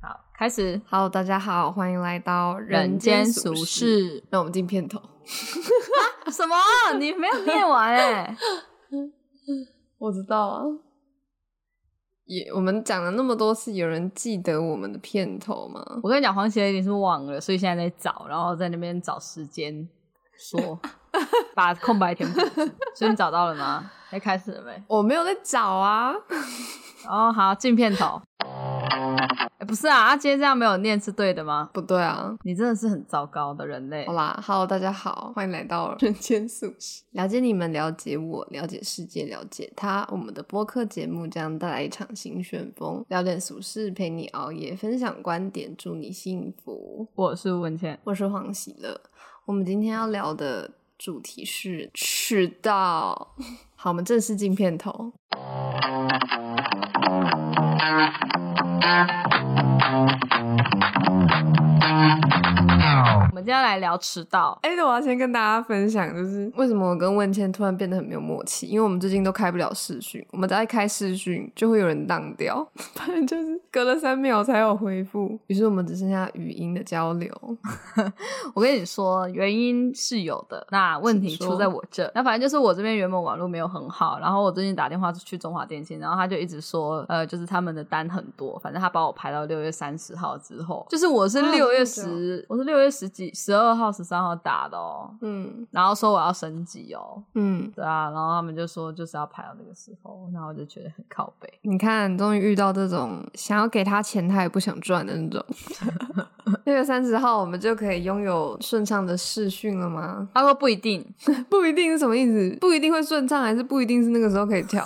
好，开始。 Hello，大家好，欢迎来到人间俗。事那我们进片头。什么？你没有念完哎、我知道啊，也我们讲了那么多次，有人记得我们的片头吗？ 我跟你讲，黄杰一定是忘了，所以现在在找，然后在那边找时间 说，把空白填补住。所以你找到了吗？哎，开始了没？我没有在找啊， 哦，好，进片头。哎，不是啊，啊，今天这样没有念是对的吗？不对啊。你真的是很糟糕的人类好。啦，Hello，大家好，欢迎来到人间俗世，了解你们，了解我，了解世界，了解他。我们的播客节目将带来一场新旋风，聊点俗事，陪你熬夜，分享观点，祝你幸福。我是文倩，我是黄喜乐。我们今天要聊的主题是迟到。好，我们正式进片头。我们今天来聊迟到。哎、那我要先跟大家分享，就是为什么我跟问倩突然变得很没有默契，因为我们最近都开不了视讯，我们只要一开视讯就会有人当 掉，反正就是隔了三秒才有回复，于是我们只剩下语音的交流。我跟你说，原因是有的，那问题请出说在我 这。那反正就是我这边原本网络没有很好，然后我最近打电话去中华电信，然后他就一直说，呃，就是他们的单很多，反正他把我排到六月三十号之后，就是我是啊六月这么十、我是六月十几、十二号、十三号打的哦。嗯然后说我要升级哦，嗯，对啊，然后他们就说就是要排到那个时候，然后我就觉得很靠背。你看，终于遇到这种想要给他钱他也不想赚的那种。六月三十号，我们就可以拥有顺畅的视讯了吗？他说不一定，不一定是什么意思？不一定会顺畅，还是不一定是那个时候可以调？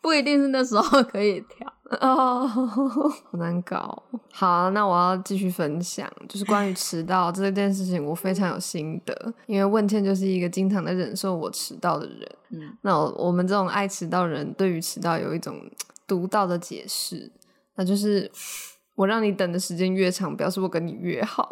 不一定是那时候可以调。哦，好难搞。哦好，那我要继续分享，就是关于迟到这件事情，我非常有心得，因为问倩就是一个经常在忍受我迟到的人。嗯，那我我们这种爱迟到人，对于迟到有一种独到的解释，那就是我让你等的时间越长，表示我跟你越好。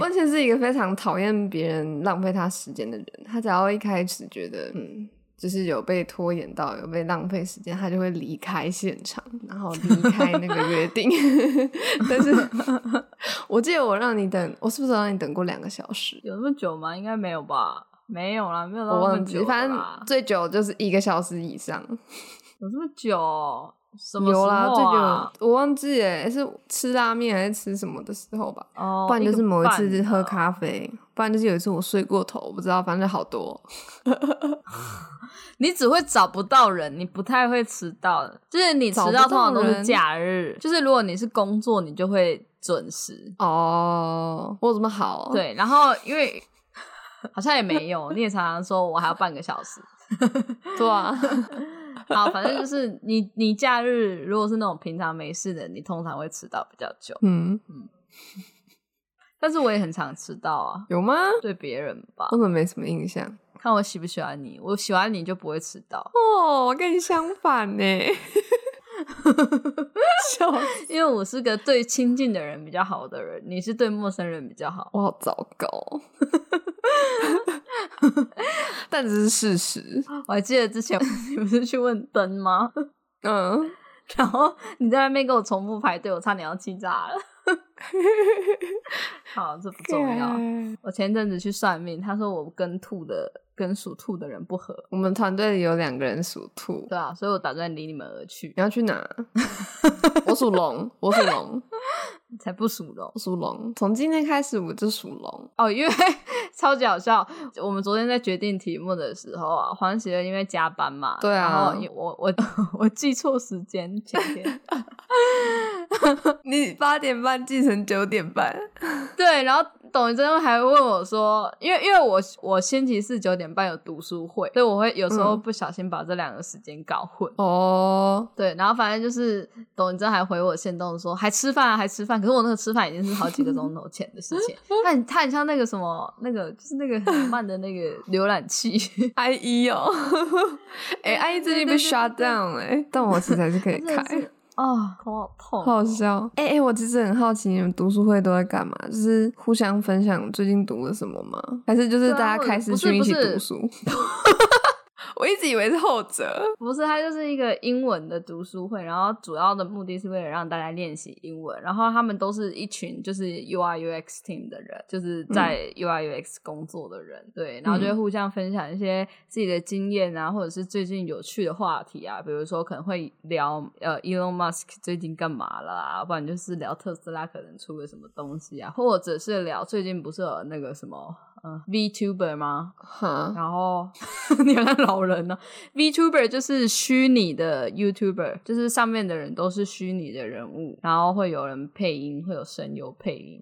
万茜是一个非常讨厌别人浪费他时间的人，他只要一开始觉得嗯。就是有被拖延到，有被浪费时间，他就会离开现场，然后离开那个约定。 但是，我记得我让你等，我是不是让你等过两个小时？有那么久吗？应该没有吧。没有啦，没有到我那么忘久的记，啦。反正最久就是一个小时以上。有这么久哦？什么时有候啦，最啊？久我忘记诶，是吃拉面还是吃什么的时候吧？哦，不然就是某一次个半喝了咖啡，不然就是有一次我睡过头，我不知道，反正好多。你只会找不到人，你不太会迟到的。就是你迟找到不通到常都是人假日，就是如果你是工作，你就会准时。哦，我怎么好？，对，然后因为好像也没有， 你也常常说我还有半个小时。对啊，好，反正就是你你假日如果是那种平常没事的，你通常会迟到比较久。 嗯，但是我也很常迟到啊，有吗？对别人吧我，怎么没什么印象？看我喜不喜欢你，我喜欢你就不会迟到。哦，我跟你相反呢，,笑死，因为我是个对亲近的人比较好的人，你是对陌生人比较好。我好糟糕，哦 但这是事实。我还记得之前 你不是去问灯吗？ 嗯，然后你在外面给我重复排队，我差点要气炸了。 好，这不重要。啊我前阵子去算命，他说我跟兔的跟属兔的人不合。我们团队里有两个人属兔，对啊，所以我打算离你们而去 你，要去哪？ 我属龙，我属龙，才不属龙我属龙。从今天开始我就属龙。 哦。因为 超级好笑，我们昨天在决定题目的时候啊，黄喜儿因为加班嘛，对啊然后因我 我我记错时间，前天，你八点半继承九点半， 对，然后董宇珍还问我说，因为因为我我星期四九点半有读书会，所以我会有时候嗯不小心把这两个时间搞混。哦，对，然后反正就是董宇珍还回我线动说还吃饭啊，还吃饭。可是我那个吃饭已经是好几个钟头前的事 情。他很他很像那个什么那个就是那个很慢的那个浏览器， i e 哦， 哎、i e 最近对对被对 shut down 哎、但我其实还是可以 真的开是。哦，头好痛。好笑，哎、哎、我其实很好奇你们读书会都在干嘛？就是互相分享最近读了什么吗？还是就是对啊大或家者开始不是去一不起是读书？ 我一直以为是后者。 不是，它就是一个英文的读书会，然后主要的目的是为了让大家练习英文。然后他们都是一群就是 UI UX team 的人，就是在 UI UX 工作的人，对，然后就会互相分享一些自己的经验啊，或者是最近有趣的话题啊，比如说可能会聊呃 Elon Musk 最近干嘛了啊，不然就是聊特斯拉可能出了什么东西啊，或者是聊最近不是有那个什么呃 VTuber 吗？哈，然后 你看老人呢、VTuber 就是虚拟的 YouTuber，就是上面的人都是虚拟的人物，然后会有人配音，会有声优配音。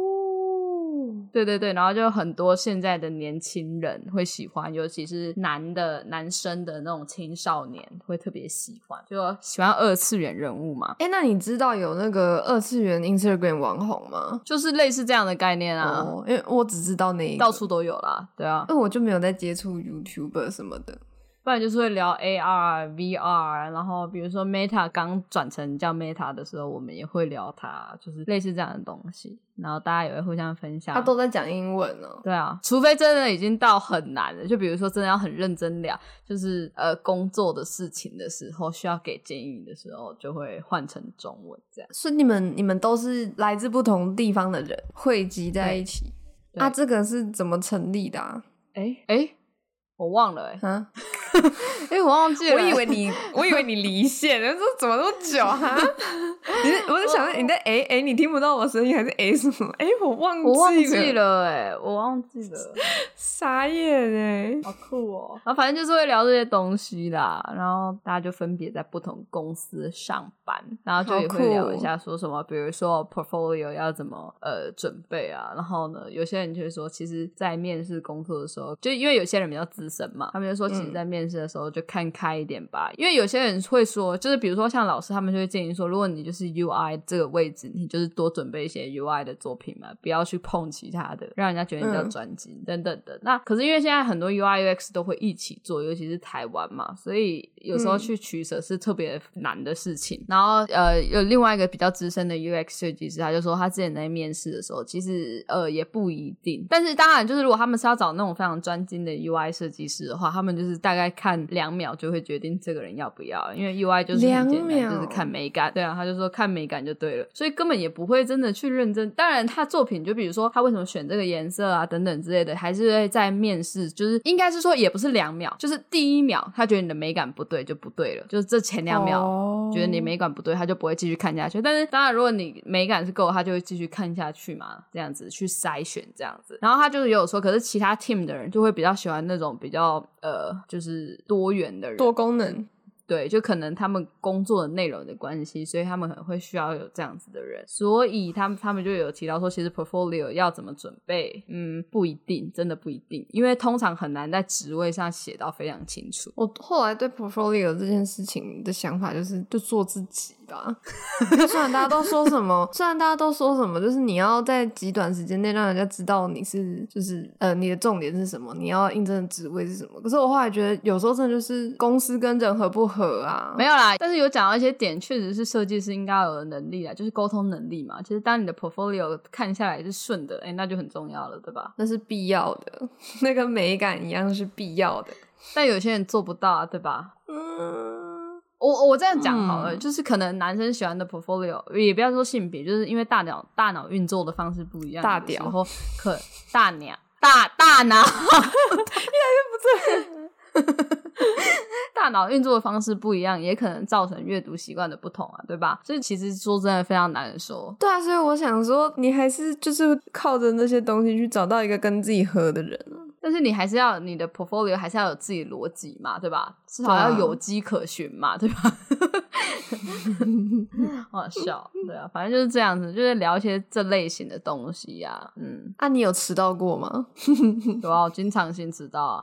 哦，对对对，然后就很多现在的年轻人会喜欢，尤其是男的男生的那种青少年会特别喜欢，就喜欢二次元人物嘛，哎，那你知道有那个二次元 Instagram 网红吗？就是类似这样的概念啊，哦，因为我只知道那一个到处，都有啦，对啊，因为我就没有在接触 YouTuber 什么的。不然就是会聊 AR、VR，然后比如说 Meta 刚转成叫 Meta 的时候，我们也会聊它，就是类似这样的东西，然后大家也会互相分享。啊他都在讲英文哦。对啊，除非真的已经到很难了，就比如说真的要很认真聊，就是呃工作的事情的时候，需要给建议的时候，就会换成中文这样。所以你们你们都是来自不同地方的人汇集在一起。对啊，这个是怎么成立的啊？哎哎，我忘了哎、诶啊哎、我忘记了、我以为你，我以为你离线， 我说怎么那么久啊哈？你是我在想说你在哎哎，你听不到我声音还是哎什么？哎，我忘记了，我忘记了哎、诶我忘记了。傻眼哎！好酷哦！然后反正就是会聊这些东西啦，然后大家就分别在不同公司上班，然后就也会聊一下说什么，比如说 portfolio 要怎么呃准备啊，然后呢，有些人就会说，其实，在面试工作的时候，就因为有些人比较资深嘛，他们就说，其实，在面试的时候就看开一点吧，因为有些人会说，就是比如说像老师，他们就会建议说，如果你就是 UI 这个位置，你就是多准备一些 UI 的作品嘛，不要去碰其他的，让人家觉得你比较嗯专精等等的。那可是因为现在很多 UI UX 都会一起做，尤其是台湾嘛，所以有时候嗯去取舍是特别难的事情。然后呃，有另外一个比较资深的 UX 设计师，他就说他之前在面试的时候，其实呃也不一定。但是当然，就是如果他们是要找那种非常专精的 UI 设计师的话，他们就是大概看两秒就会决定这个人要不要，因为 UI 就是很简两单，秒就是看美感。对啊，他就说看美感就对了，所以根本也不会真的去认真。当然，他作品就比如说他为什么选这个颜色啊等等之类的，还是会在面试，就是应该是说也不是两秒，就是第一秒他觉得你的美感不对就不对了，就是这前两秒。哦觉得你美感不对，他就不会继续看下去。但是当然，如果你美感是够，他就会继续看下去嘛，这样子去筛选这样子。然后他就是也有说，可是其他 team 的人就会比较喜欢那种比较呃，就是多元的人，多功能，对，就可能他们工作的内容的关系，所以他们可能会需要有这样子的人，所以他们他们就有提到说，其实 portfolio 要怎么准备，嗯，不一定，真的不一定，因为通常很难在职位上写到非常清楚。我后来对 portfolio 这件事情的想法就是，就做自己吧。 虽然大家都说什么，虽然大家都说什么，就是你要在极短时间内让人家知道你是，就是呃，你的重点是什么，你要应征的职位是什么。可是我后来觉得，有时候真的就是公司跟人合不合啊，没有啦，但是有讲到一些点，确实是设计师应该有的能力啦，就是沟通能力嘛。其实当你的 portfolio 看下来是顺的，哎、那就很重要了，对吧？那是必要的，那跟美感一样是必要的。但有些人做不到啊，对吧？嗯，我我这样讲好了，嗯就是可能男生喜欢的 portfolio，也不要说性别，就是因为大脑大脑运作的方式不一样，大有时屌候可大鸟大大脑 越来越不对， 大脑运作的方式不一样，也可能造成阅读习惯的不同啊，对吧？所以其实说真的非常难说，对啊，所以我想说，你还是就是靠着那些东西去找到一个跟自己合的人。啊但是你还是要你的 portfolio 还是要有自己的逻辑嘛，对吧？至少要有迹可循嘛，对吧？ 好好笑，对啊，反正就是这样子，就是聊一些这类型的东西呀、嗯，啊，你有迟到过吗？对啊，我经常性迟到啊，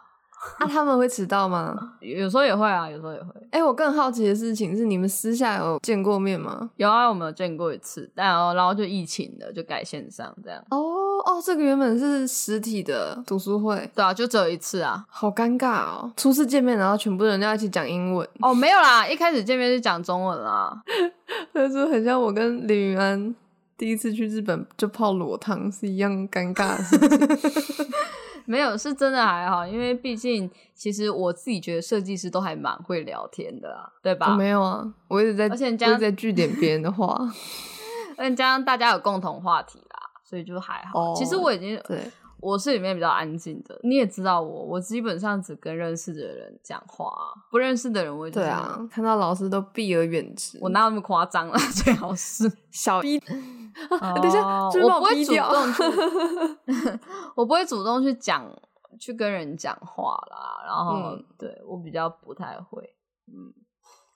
啊，他们会迟到 吗？有有时候也会啊，有时候也会。哎、我更好奇的事情是，你们私下有见过面吗？有啊，我们有见过一次，但哦，然后就疫情了，就改线上这样。哦哦，这个原本是实体的读书会，对啊，就只有一次啊。好尴尬哦！初次见面，然后全部人要一起讲英文， 哦，没有啦，一开始见面是讲中文啦。就是很像我跟林云安 哦第一次去日本就泡裸汤是一样尴尬的事情。没有，是真的还好，因为毕竟其实我自己觉得设计师都还蛮会聊天的啦，对吧？我没有啊，我一直在，而且你这我一样直在据点别人的话。 而且加上大家有共同话题啦，所以就还好。哦其实我已经对，我是里面比较安静的，你也知道我，我基本上只跟认识的人讲话啊，不认识的人我就是对啊，看到老师都避而远之。我哪有那么夸张啊？ 最好是，小逼，哦 等一下，就是把我不会逼主掉。 动去，我不会主动去讲，去跟人讲话啦。然后，嗯对我比较不太会，嗯，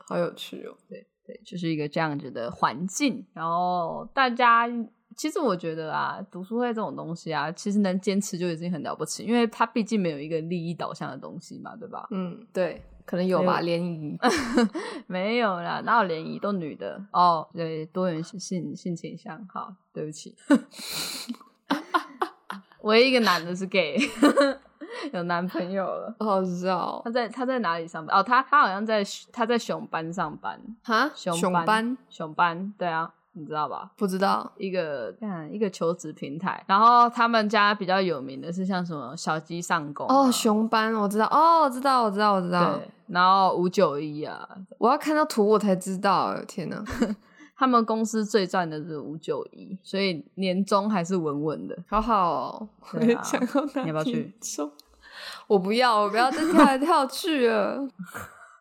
好有趣哦。对，就是一个这样子的环境。然后大家，其实我觉得啊，读书会这种东西啊，其实能坚持就已经很了不起，因为它毕竟没有一个利益导向的东西嘛，对吧？ 嗯，对，可能有没有吧，联 谊。没有啦，哪有联谊都女的哦？对，多元性性倾向。好，对不起， 唯一一个男的是 gay，有男朋友了。好笑他在他在哪里上班？哦，他他好像在他在熊班上班，哈，熊熊班班熊班对啊，你知道吧？不知道一个看一个求职平台，然后他们家比较有名的是像什么小鸡上工啊哦，熊啊班我知道哦，我知道，我知道，我知道。对，然后五九一啊，我要看到图我才知道，哎天 哪，他们公司最赚的是五九一，所以年终还是稳稳的。好好哦，我对也啊想要拿你要不要去品种？我不要，我不要再跳来跳去了。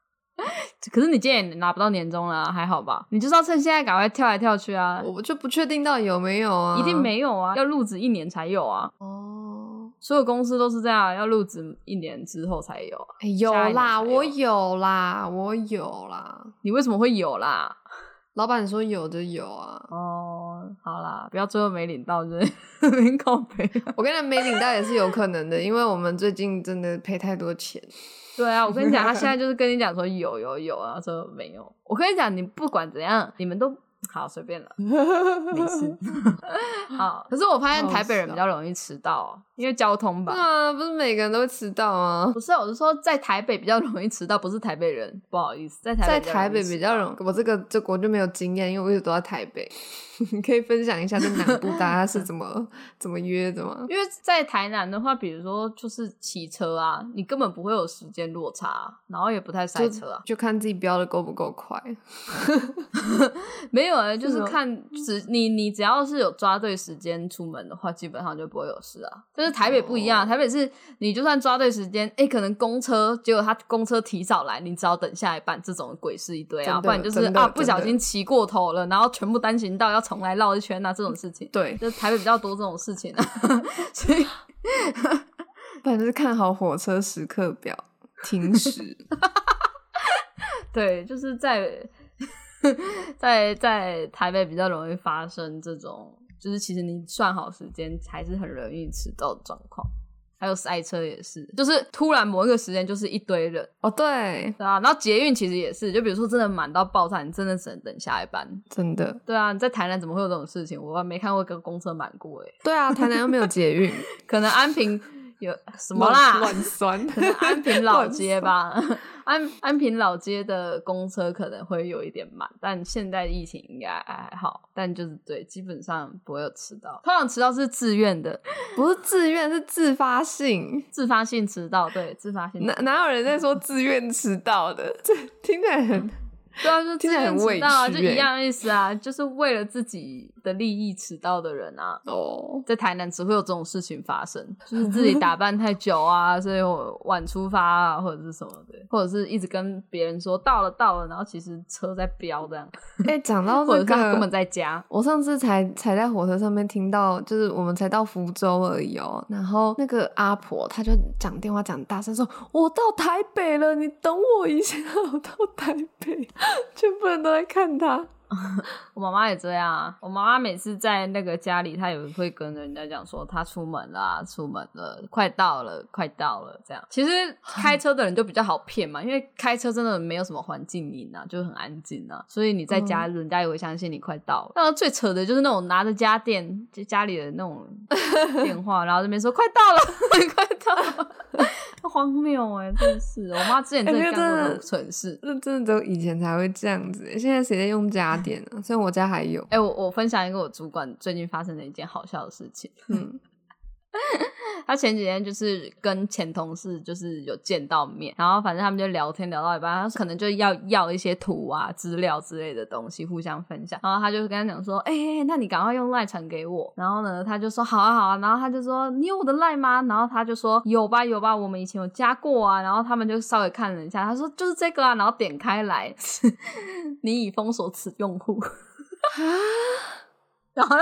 可是你今天也拿不到年终啦、还好吧？你就是要趁现在赶快跳来跳去啊！我就不确定到底有没有啊，一定没有啊，要入职一年才有啊，哦。所有公司都是这样，啊要入职一年之后才有啊。哎有下一年啦，才我有有啦，我有啦。你为什么会有啦？老板说有就有啊，哦，好啦，不要最后没领到就是 领口赔。我跟你讲没领到也是有可能的，因为我们最近真的赔太多钱。 对啊，我跟你讲，他现在就是跟你讲说有有有，然后说没有。我跟你讲，你不管怎样，你们都好随便了。 没事。好，可是我发现台北人比较容易迟到，哦因为交通 对吧。啊，不是每个人都会迟到啊吗？不是，啊我是说在台北比较容易迟到，不是台北人，不好意思，在台在北台北比较容我这个这个我就没有经验，因为我一直都在台北。 你可以分享一下在南部大家是 怎么怎么约的吗？因为在台南的话，比如说就是骑车啊，你根本不会有时间落差，啊然后也不太塞车啊。就看自己飙的够不够快。没有啊，就是是哦看只你你只要是有抓对时间出门的话，基本上就不会有事啊。就是台北不一样，哦台北是你就算抓对时间，哎、可能公车结果他公车提早来，你只要等下一班，这种鬼事一堆真啊。的不然就是真的啊真的不小心骑过头了，然后全部单行道要重来绕一圈啊，这种事情。对， 就是台北比较多这种事情啊， 所以反正是看好火车时刻表 停驶。对，就是在 在在台北比较容易发生这种，就是其实你算好时间还是很容易迟到的状况。还有塞车也是，就是突然某一个时间就是一堆人，哦，对，对啊。然后捷运其实也是，就比如说真的满到爆炸，你真的只能等下一班。真的，对啊，你在台南怎么会有这种事情？我没看过跟公车满过诶、欸对啊，台南又没有捷 运，可能安平有什怎么啦？乱酸，可能安 平老街吧，安安平老街的公车可能会有一点慢，但现在疫情应该还好，但就是对，基本上不会有迟到，通常迟到是自愿的，不是自愿，是自发性。自发性迟到，对，自发性迟哪到，哪有人在说自愿迟到的？ 这听起来很对啊，就是自听起来愿很迟到啊，委就屈一欸样意思啊，就是为了自己的利益迟到的人啊。哦，在台南只会有这种事情发生，就是自己打扮太久啊，所以我晚出发啊，或者是什么的，或者是一直跟别人说到了到了，然后其实车在飙这样。 哎、讲到或者是这个，他根本在家。我上次才才在火车上面听到，就是我们才到福州而已哦。然后那个阿婆她就讲电话讲大声说：“我到台北了，你等我一下， 我到台北。”全部人都在看她。我妈妈也这样啊，我妈妈每次在那个家里，她也会跟人家讲说她出门啦、出门了，快到了，快到了这样。其实开车的人就比较好骗嘛，因为开车真的没有什么环境音啊，就很安静啊，所以你在家，嗯人家也会相信你快到了。那最扯的就是那种拿着家电，就家里的那 种电话，然后这边说快到了， 快到了。 荒谬哎、真的是！我妈之前真的干感过这觉哎真种的蠢事，那真的只有以前才会这样子，现在谁在用家电啊？虽然我家还有， 哎、我我分享一个我主管最近发生的一件好笑的事情。嗯，他前几天就是跟前同事就是有见到面，然后反正他们就聊天聊到一半，他可能就要要一些图啊、资料之类的东西互相分享，然后他就跟他讲说：“哎、欸，那你赶快用赖传给我。”然后呢，他就说：“好啊，好啊。”然后他就说：“你有我的赖吗？”然后他就说：“有吧，有吧，我们以前有加过啊。”然后他们就稍微看了一下，他说：“就是这个啊。”然后点开来， 你已封锁此用户。 然后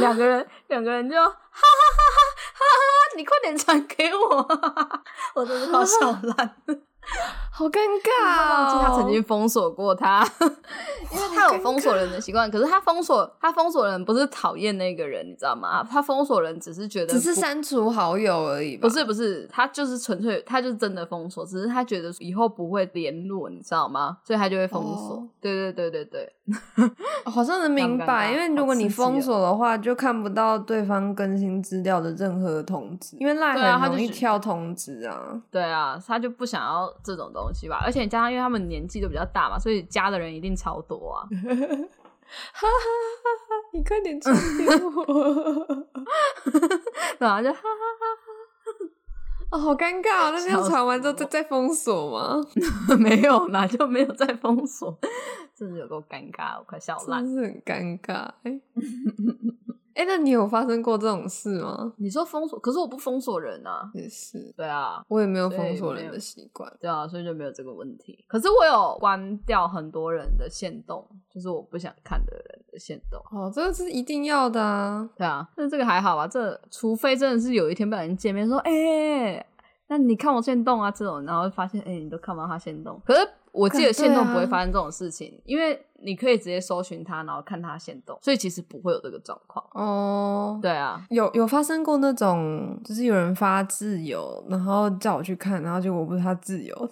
两个人，两个人就哈哈哈哈。哈哈！你快点传给我，我真是快笑烂，好尴尬、哦。忘记 他曾经封锁过 他，因为他有封锁人的习惯。可是他封锁他封锁人不是讨厌那个人，你知道吗？他封锁人只是觉得只是删除好友而已。不是不是，他就是纯粹，他就是真的封锁，只是他觉得以后不会联络，你知道吗？所以他就会封锁。哦、对对对对对。好像能明白，因为如果你封锁的话，就看不到对方更新资料的任何通知，因为赖很容易跳通知啊。对啊，他就不想要这种东西吧。而且加上因为他们年纪都比较大嘛，所以加的人一定超多啊。哈哈哈哈！ 你快点传给我，然后啊就哈哈 哈哈。 哦，好尴尬、哦！ 那天传完之后再再封锁吗？ 没有啦，就没有再封锁，真是有够尴尬，我快笑烂，真是很尴尬。哎、 欸欸，那你有发生过这种事吗？你说封锁，可是我不封锁人啊，也是，对啊，我也没有封锁人的习惯，对啊，所以就没有这个问题。可是我有关掉很多人的限动，就是我不想看的人的限动。哦，这个是一定要的啊，对啊，但这个还好吧，这除非真的是有一天被人见面说，哎、欸。那你看我限动啊，这种，然后发现，哎、欸，你都看不到他限动。可是我记得限动不会发生这种事情，啊、因为你可以直接搜寻他，然后看他限动，所以其实不会有这个状况。哦，对啊，有有发生过那种，就是有人发自由，然后叫我去看，然后结果不是他自由。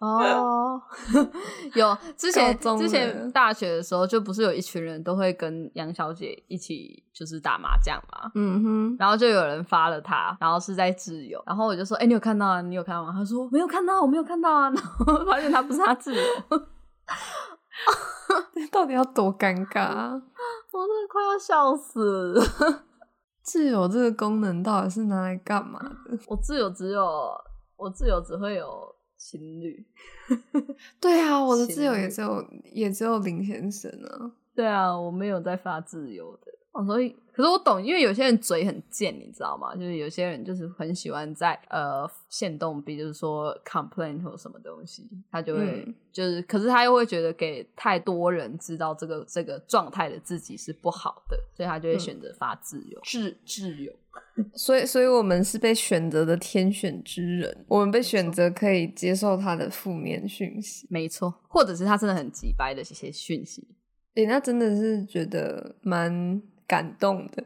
哦， 有之前之前大学的时候，就不是有一群人都会跟杨小姐一起就是打麻将嘛， 嗯哼， 然后就有人发了她，然后是在自由，然后我就说，哎、欸，你有看到啊？你有看到吗？他说没有看到，我没有看到啊，然后发现他不是他自由， 到底要多尴尬、啊？我真的快要笑死了。 自由这个功能到底是拿来干嘛的？我自由只有我自由只会有。情侣，对啊，我的自由也只有也只有林先生啊。对啊，我没有在发自由的，哦、所以可是我懂，因为有些人嘴很贱，你知道吗？就是有些人就是很喜欢在呃限动，比如说 complain 或什么东西，他就会、嗯、就是，可是他又会觉得给太多人知道这个这个状态的自己是不好的，所以他就会选择发自由，自自嗯由。所以，所以我们是被选择的天选之人，我们被选择可以接受他的负面讯息，没错，或者是他真的很急掰的一些讯息，诶、欸，那真的是觉得蛮感动的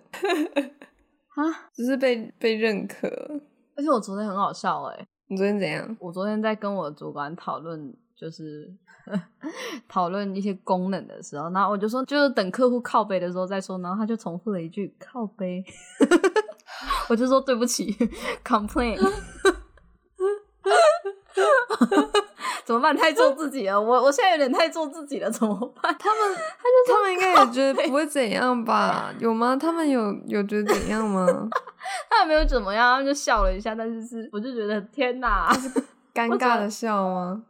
啊，只是被被认可。而且我昨天很好笑哎、欸，你昨天怎样？我昨天在跟我主管讨论。就是 讨论一些功能的时候，然后我就说，就是等客户靠背的时候再说，然后他就重复了一句“靠背”， 我就说对不起，complain，怎么办？太做自己了，我我现在有点太做自己了，怎么办？ 他们他 就他们应该也觉得不会怎样吧？有吗？他们有有觉得怎样 吗？他们没有怎么样，他们就笑了一下，但是是我就觉得天哪，尴尬的笑吗？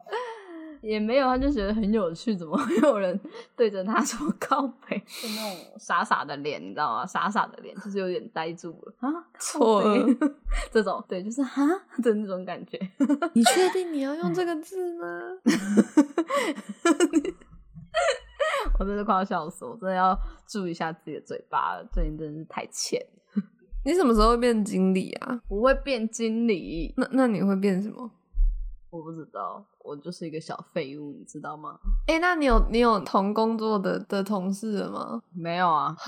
也没有，他就觉得很有趣，怎么会有人对着他说靠背？就那种傻傻的脸，你知道吗？傻傻的脸，就是有点呆住了啊，错了， 这种对，就是哈的那种感觉。 你确定你要用这个字吗？我真的快要笑死我，我真的要注意一下自己的嘴巴了，最近真的是太欠。你什么时候变经理啊？不会变经理，那那你会变什么？我不知道，我就是一个小废物，你知道吗？哎、欸，那你有你有同工作的的同事了吗？没有啊。啊！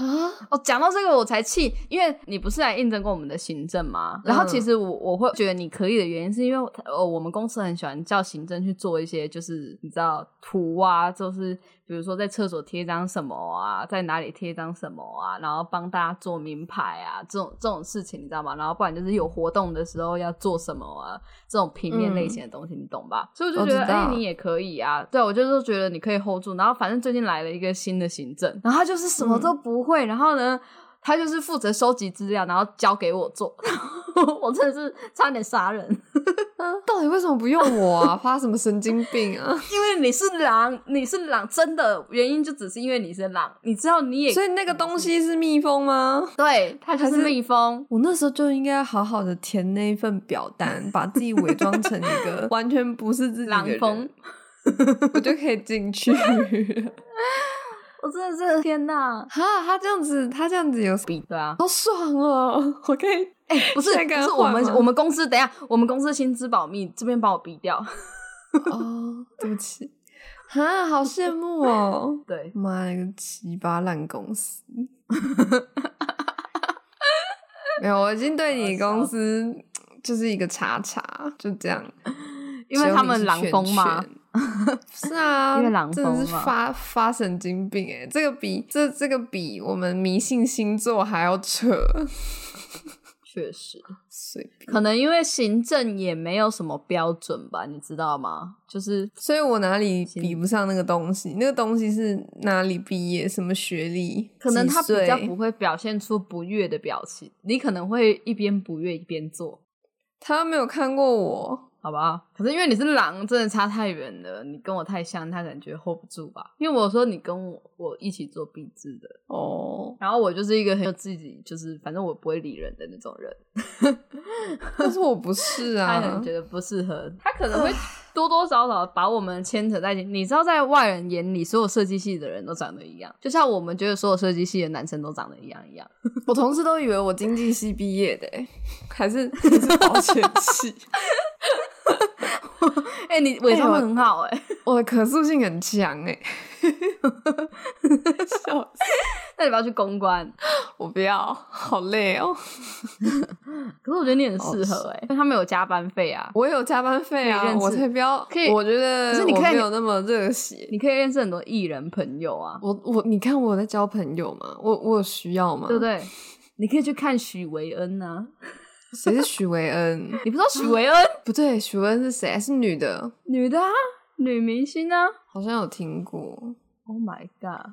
哦，讲到这个我才气，因为你不是来应征过我们的行政吗？然后其实我我会觉得你可以的原因，是因为呃、哦、我们公司很喜欢叫行政去做一些，就是你知道图啊，就是比如说在厕所贴张什么啊，在哪里贴张什么啊，然后帮大家做名牌啊，这种这种事情你知道吗？然后不然就是有活动的时候要做什么啊，这种平面类型的东西。嗯你懂吧？所以我就觉得，哎、欸，你也可以啊。对，我就是觉得你可以 hold 住。然后反正最近来了一个新的行政，然后他就是什么都不会。嗯、然后呢，他就是负责收集资料，然后交给我做， 我真的是差点杀人。到底为什么不用我 啊？发什么神经病啊？因为你是狼，你是狼，真的原因就只是因为你是狼，你知道你也所以那个东西是蜜蜂吗？对，它就是蜜蜂。我那时候就应该好好的填那一份表单，把自己伪装成一个 完全不是自己的狼人，蜂我就可以进去了。我真的是天哪！哈，他这样子，他这样子有比对 啊，好爽哦！我可以，哎、不是，现在不跟他是我换们吗我们公司，等一下我们公司薪资保密，这边把我逼掉。 哦，对不起， 哈，好羡慕哦！ 对，妈了个鸡巴烂公司！没有，我已经对你公司就是一个查查，就这样。因为他们狼蜂嘛只有，你是圈圈？是 啊，因为狼真的是蜂嘛发发神经病哎、这个比这这个比我们迷信星座还要扯， 确实，随便。可能因为行政也没有什么标准吧，你知道吗？就是所以我哪里比不上那个东西？那个东西是哪里毕业、什么学历？可能他比较几岁不会表现出不悦的表情，你可能会一边不悦一边做，他没有看过我，好不好？可是因为你是狼，真的差太远了，你跟我太像，他感觉 hold 不住吧？因为我说你跟我我一起做壁纸的，哦，然后我就是一个很有自己，就是反正我不会理人的那种人，但是我不是 他啊可。能觉得不适合，他可能会多多少少把我们牵扯在一起。你知道，在外人眼里，所有设计系的人都长得一样，就像我们觉得所有设计系的男生都长得一样一样。我同事都以为我经济系毕业的、欸，还是还是保险系。哎、你伪装得很好哎、 我的可塑性很强哎、 笑死！那你不要去公关。我不要，好累哦。可是我觉得你很适合哎、因为他们有加班费啊，我有加班费可以啊，认识我才不要。可以我觉可得是你我看没有那么热血。你可以认识很多艺人朋友啊，我我你看我有在交朋友吗？我我有需要吗？对不对？你可以去看许维恩啊， 谁是许维恩？你不知道许维 恩不对，许维恩是谁？是女的，女的啊，女明星啊好像有听过。 ，Oh my god！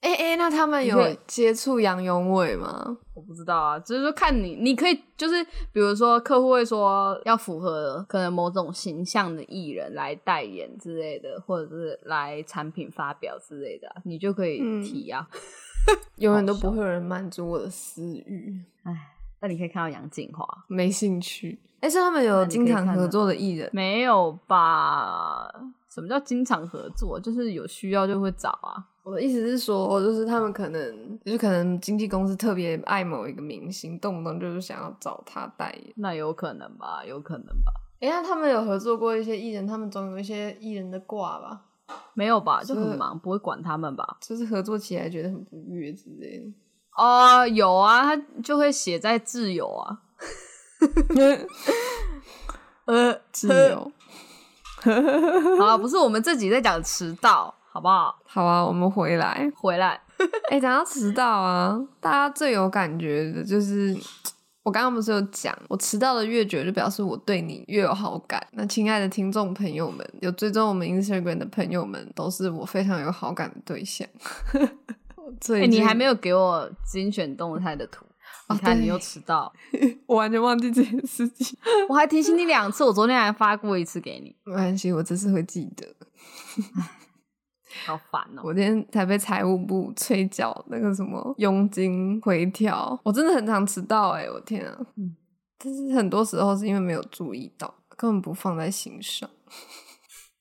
哎、哎、那他们你可有以接触杨永伟吗？我不知道啊，就是说看你，你可以就是比如说客户会说要符合可能某种形象的艺人来代言之类的，或者是来产品发表之类的啊，你就可以嗯提啊。永远都不会有人满足我的私欲，那你可以看到杨静华，没兴趣。哎、是他们有那你可以经常看合啊作的艺人，没有吧？什么叫经常合作？就是有需要就会找啊。我的意思是说，就是他们可能就是可能经纪公司特别爱某一个明星，动不动就是想要找他代言。那有可能吧，有可能吧，哎、那他们有合作过一些艺人，他们总有一些艺人的挂吧，没有吧，就很是忙，不会管他们吧？就是合作起来觉得很不悦之类的。哦，有啊，他就会写在挚友啊，呃，自由。 啊，不是我们自己在讲迟到，好不好？好啊，我 们 回来。回来，哎、讲到迟到啊，大家最有感觉的就是。我刚刚不是有讲，我迟到的越久，就表示我对你越有好感。那亲爱的听众朋友们，有追踪我们 Instagram 的朋友们，都是我非常有好感的对象。 哎、最你还近没有给我精选动态的图，哦你看你对又迟到，我完全忘记这件事情。 我还提醒你两次，我昨天还发过一次给你，没关系，我这次会记得。好烦哦、我今天才被财务部催缴那个什么佣金回调，我真的很常迟到哎、我天啊！嗯但是很多时候是因为没有注意到，根本不放在心上。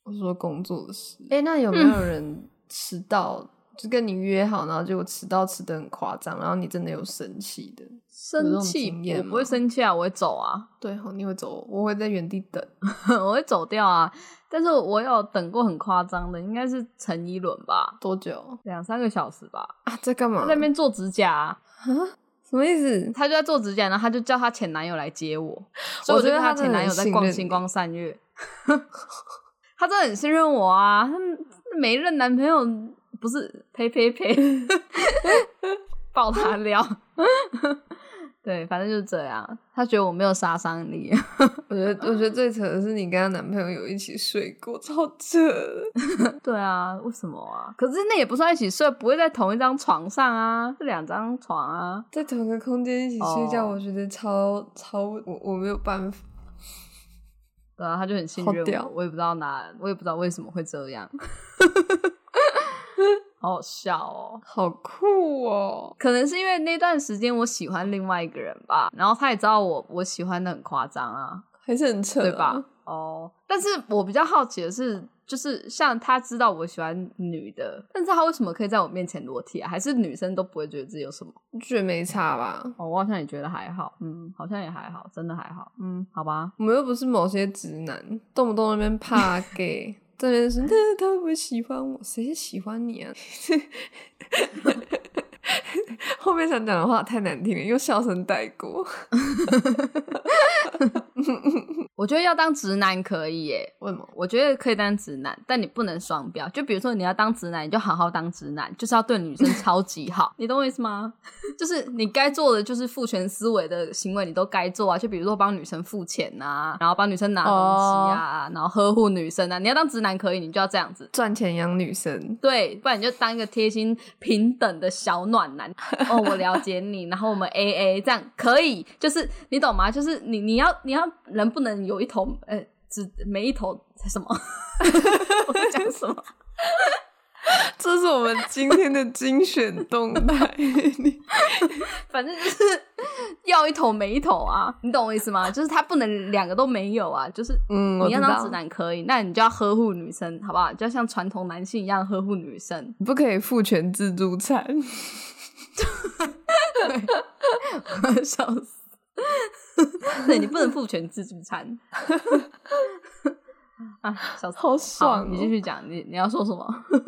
我说工作的事，哎、那有没有人迟到？就跟你约好，然后结果迟到迟的很夸张，然后你真的有生气的？有这生种气经验我吗不会生气啊，我会走啊。 对哦，你会走，我会在原地等。我会走掉啊。但是我有等过很夸张的，应该是陈一伦吧，多久两三个小时吧。啊？在干嘛他？在那边做指甲啊、什么意思？他就在做指甲，然后他就叫他前男友来接我，所以觉就得跟他他真前的男很友在信逛任星你光三月。 他真的很信任我啊，他每一任男朋友不 是呸呸呸，爆他料。 对，反正就是这样。他觉得我没有杀伤力， 我觉得，我觉得最扯的是你跟她男朋友有一起睡过，超扯的。对啊，为什么啊？可是那也不算一起睡，不会在同一张床上啊，是两张床啊。在同一个空间一起睡觉，哦我觉得超超我我没有办法。对啊，他就很信好任屌我，我也不知道哪，我也不知道为什么会这样， 好好笑哦。好酷哦！可能是因为那段时间我喜欢另外一个人吧，然后他也知道我我喜欢的很夸张啊，还是很扯、对吧？？哦，但是我比较好奇的是，就是像他知道我喜欢女的，但是他为什么可以在我面前裸体啊？还是女生都不会觉得自己有什么？觉得没差吧？哦，我好像也觉得还好，嗯，好像也还好，真的还好，嗯，好吧，我们又不是某些直男，动不动那 边怕 gay，这边是那他会不会喜欢我？谁喜欢你啊？ 后面想讲的话太难听了，用笑声带过。我觉得要当直男可以耶。为什么？我觉得可以当直男，但你不能双标。就比如说，你要当直男，你就好好当直男，就是要对女生超级好，你懂我意思吗？ 就是你该做的，就是父权思维的行为，你都该做啊。就比如说帮女生付钱啊，然后帮女生拿东西啊然后呵护女生啊。你要当直男可以，你就要这样子。赚钱养女生，对，不然你就当一个贴心平等的小暖男。哦，我了解你，然后我们 A A 这样可以，就是你懂吗？就是你你要你要人不能有一头呃只没一头什么？ 我在讲什么？这是我们今天的精选动态。 反正就是要一头没一头啊，你懂我意思吗？就是他不能两个都没有啊，就是嗯，我你知要当道直，男可以，那你就要呵护女生，好不好？就要像传统男性一样呵护女生。 不可以父权自助餐。笑死！对你不能父权自助 餐。 啊，笑死！好爽好哦你继续讲，你你要说什么？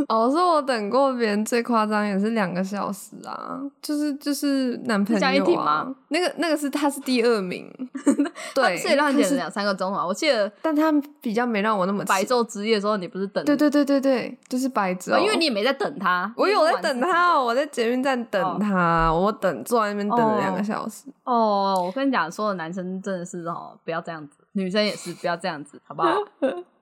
哦，我说我等过别人最夸张也是两个小时啊，就是就是男朋是江一友婷啊吗，那个那个是他是第 二名， 对，所以让你他等是了两三个钟啊！我记得但他比较没让我那么白气，昼之夜的时候，你不是等对对对对对，就是白昼，哦因为你也没在等他，我有在你也等不管自己他哦，我在捷运站哦等他，我等坐在那边等了两哦个小时，哦。我跟你讲，所有男生真的是哦，不要这样子，女生也是不要这样子，好不好？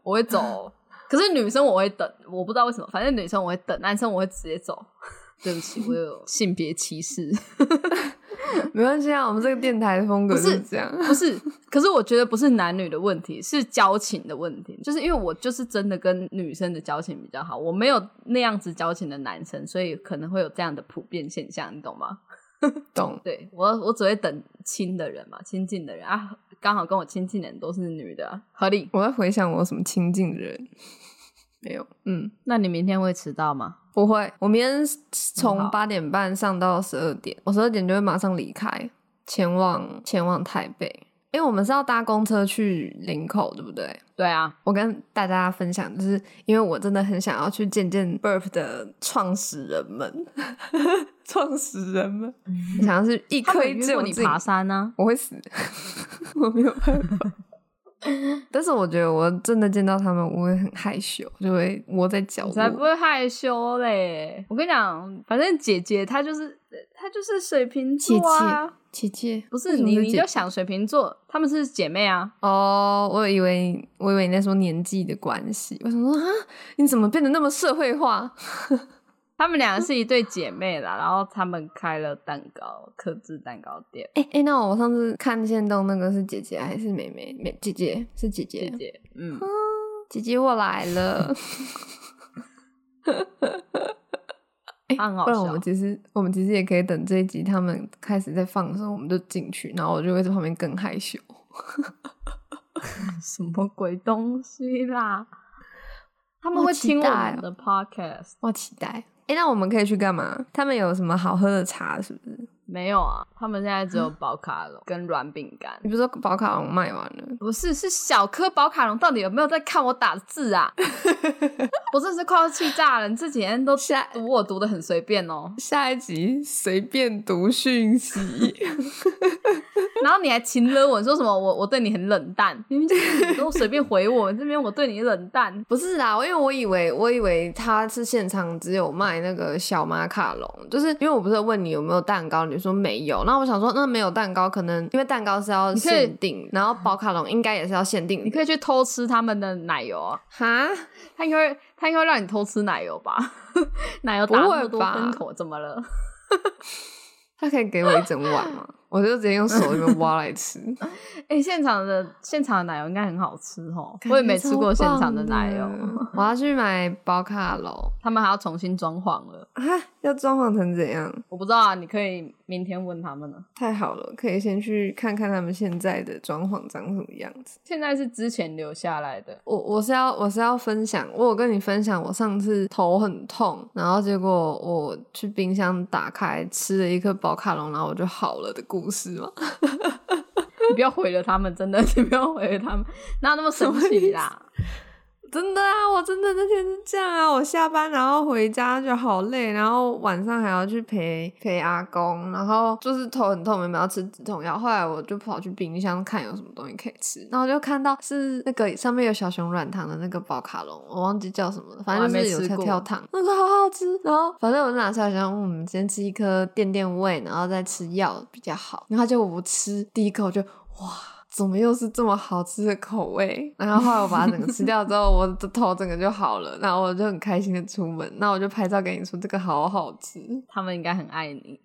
我会走 哦，可是女生我会等，我不知道为什么，反正女生我会等，男生我会直接走。 对不起，我有性别歧视。没关系啊，我们这个电台的风格不就是是这样，不是，可是我觉得不是男女的问题，是交情的问题。就是因为我就是真的跟女生的交情比较好，我没有那样子交情的男生，所以可能会有这样的普遍现象，你懂吗？懂？对我，我只会等亲的人嘛，亲近的人啊，刚好跟我亲近的人都是女的啊、合理。我在回想我有什么亲近的人， 没有，嗯。那你明天会迟到吗？不会，我明天很从好八点半上到十二点，我十二点就会马上离开，前往前往台北，因为我们是要搭公车去林口，对不对？对啊，我跟大家分享，就是因为我真的很想要去见见 Burp 的创始人们， 创始人们，我想要是一嗯他们窥约究过你竟。爬山啊呢、我会死， 我没有办 法。但是我觉得我真的见到他们，我会很害羞，就会窝在角我落。才不会害羞嘞！我跟你讲，反正姐姐她就是她就是水瓶姐座啊。姐，姐姐，不为是什么你，是你姐就想水瓶座，她们是姐妹啊，哦，我以为我以为你在说年纪的关系，我想说啊，你怎么变得那么社会化？她们两个是一对姐妹啦。然后她们开了蛋糕，克制蛋糕店。哎、哎、那我上次看见动那个是姐姐还是妹妹？妹姐姐是姐姐，姐姐姐，嗯，姐我来了。哎啊很好不然我笑们其实我们其实也可以等这一集他们开始在放的时候，我们就进去，然后我就会在旁边更害羞。什么鬼东西啦？他们好会期听我待们哦的 podcast 我期待。哎、那我们可以去干嘛？他们有什么好喝的茶？是不是？没有啊？他们现在只有宝卡龙跟软饼干你，不是说宝卡龙卖完了？不是是小颗宝卡龙，到底有没有在看我打字 啊？我真是快要气炸了！你这几天都下读我读的很随便哦。下一集随便读讯息， 然后你还亲了我，你说什么我我对你很冷淡，明明就是你都随便回我，这边我对你冷淡。 不是啦，因为我以为我以为他是现场只有卖那个小马卡龙，就是因为我不是问你有没有蛋糕，你说没有，那我想说那没有蛋糕，可能因为蛋糕是要你可以限 定，然后宝卡龙应该也是要限定你的。可以去偷吃他们的奶油啊， 哈，他应该会他应该会让你偷吃奶油吧？ 奶油打那么多分口，怎么了？ 他可以给我一整碗吗？我就直接用手这边挖来 吃。哎、现场的现场的奶油应该很好吃哦，我也没吃过现场的奶油，我要去买宝卡龙他们还要重新装潢了，啊！要装潢成怎样？我不知道啊，你可以明天问他们啊了。太好了，可以先去看看他们现在的装潢长什么样子。现在是之前留下来的，我我是要我是要分享，我有跟你分享，我上次头很痛，然后结果我去冰箱打开吃了一颗宝卡龙，然后我就好了的故事吗？你不要毁了他们，真的， 你不要毁了他们，哪有那么神奇啦？真的啊，我真的那天是这样啊，我下班然后回家就好累，然后晚上还要去陪陪阿公，然后就是头很痛，原本要吃止痛药，后来我就跑去冰箱看有什么东西可以吃，然后就看到是那个上面有小熊软糖的那个宝卡龙，我忘记叫什么了，反正就是有跳跳糖，那个好好吃。然后反正我就拿出来想，嗯，先吃一颗垫垫胃，然后再吃药比较好。然后就我吃第一口就哇。怎么又是这么好吃的口味？然后后来我把它整个吃掉之后，我的头整个就好了，然后我就很开心的出门，那我就拍照给你说这个好好吃， 他们应该很爱你。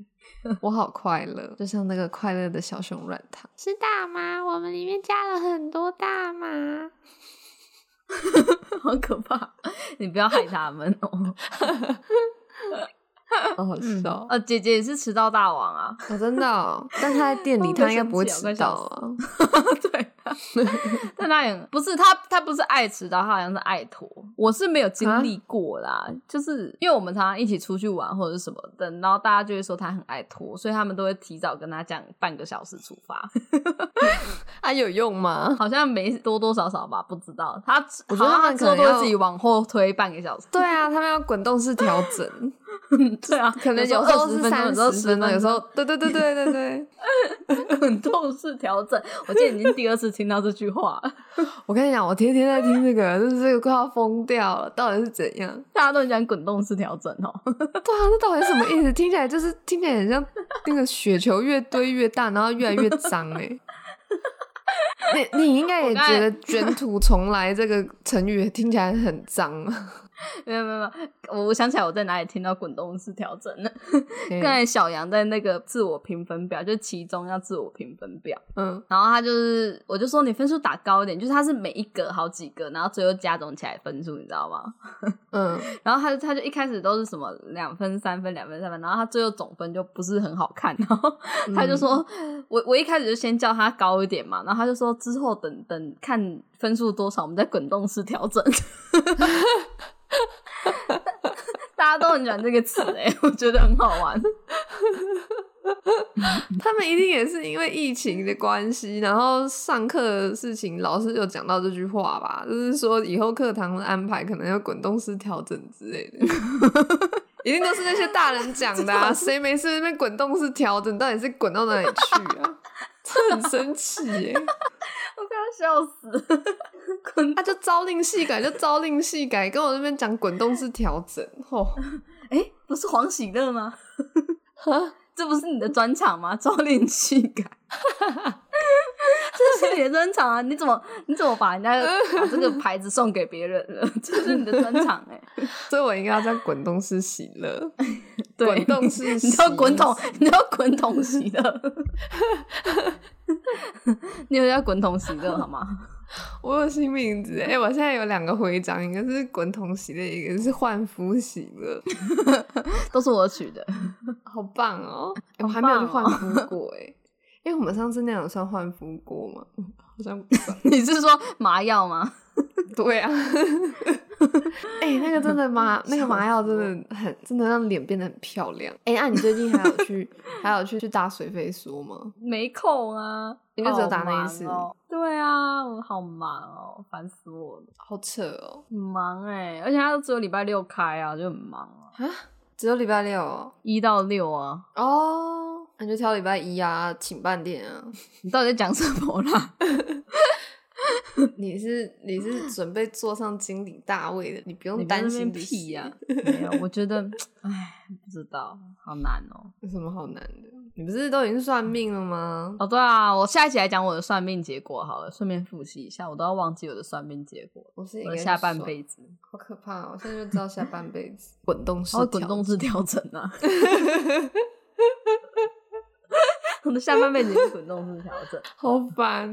我好快乐，就像那个快乐的小熊软糖，是大麻，我们里面加了很多大麻。好可怕！你不要害他们哦。 好好笑哦，呃，姐姐也是迟到大王啊。我、真的哦、但是他在 店里我快他应该不会生气了迟到啊。 对，但他也不是他，他不是爱迟到，他好像是爱拖。我是没有啊经历过啦，就是因为我们常常一起出去玩或者是什么的，然后大家就会说他很爱拖，所以他们都会提早跟他讲半个小时出发， 啊，有用吗？好像没多多少少吧，不知道他，我好觉得像他他们之后可能都会要自己往后推半个 小时。对啊，他们要滚动式调整，对啊， 可能有有时候20是分钟，三有时候十十分钟，有时候 候对对对对对对。滚动式调整。我今天已经第二次听到这句话了，我跟你讲，我天天在听这个，就是这个快要疯掉了，到底是怎样？大家都很讲滚动式调整哦。对啊，这到底是什么意思？听起来就是听起来很像那个雪球越堆越大，然后越来越脏哎、你你应该也觉得“卷土重来”这个成语听起来很 脏啊。没有没有没有，我想起来我在哪里听到滚动式调整了。嗯刚才小杨在那个自我评分表，就其中要自我评分表，嗯，然后他就是，我就说你分数打高一点，就是他是每一格好几个，然后最后加总起来分数，你知道吗？嗯，然后他就他就一开始都是什么两分、三分、两分、三分，然后他最后总分就不是很好看，然后嗯他就说，我我一开始就先叫他高一点嘛，然后他就说之后等等看分数多少，我们再滚动式调整。 大家都很喜欢这个词哎、我觉得很好玩。 他们一定也是因为疫情的关系，然后上课的事情，老师有讲到这句话吧，就是说以后课堂的安排可能要滚动式调整之类的。 一定都是那些大人讲 的、啊，谁没事在那边滚动式调整，到底是滚到哪里去啊？这很生气耶、我快要笑死！滚！他就朝令夕改，就朝令夕改，跟我这边讲滚动式调整，哦，哎、不是黄喜乐吗？这不是你的专场吗？ 朝令夕改， 这是你的专场啊！你怎么你怎么把人家 把这个牌子送给别人了？ 这是你的专场哎、所以我应该要叫滚动式喜乐，对滚动式 你叫喜滚筒，你叫滚筒喜乐，你有叫滚筒喜乐好吗？我有新名字哎、我现在有两个徽章，一个是滚筒喜乐，一个是换肤喜 乐，都是我取的，好棒哦！欸好棒哦我还没有去换肤过哎、 因为我们上次那样有算换肤过吗？嗯好像不算。 你是说麻药吗？对啊， 哎、那个真的麻， 那个麻药真的很，真的让脸变得很漂亮。哎、那、你最近还有去，还有去去打水飞梭吗？没空啊，你就只有打那一次好忙哦对啊，我好忙哦，烦死我了。好扯哦，很忙哎、而且它只有礼拜六开啊，就很忙啊，只有礼拜六哦。一到六啊，哦那就挑礼拜一啊，请半天啊。你到底在讲什么啦？你是你是准备坐上经理大位 的，你不啊你用不要在那担边心的屁 呀、事没有，我觉得，哎，不知道，好难哦。有什么好难的？你不是都已经算命了吗？哦，对啊，我下一期来讲我的算命结果好了，顺便复习一下，我都要忘记我的算命结果，我是应我的该下去半算辈子，好可怕、哦！我现在就知道下半辈子哦滚动式它会调 滚动式调整 啊。 我的下半辈子也是滚动式调整，好 烦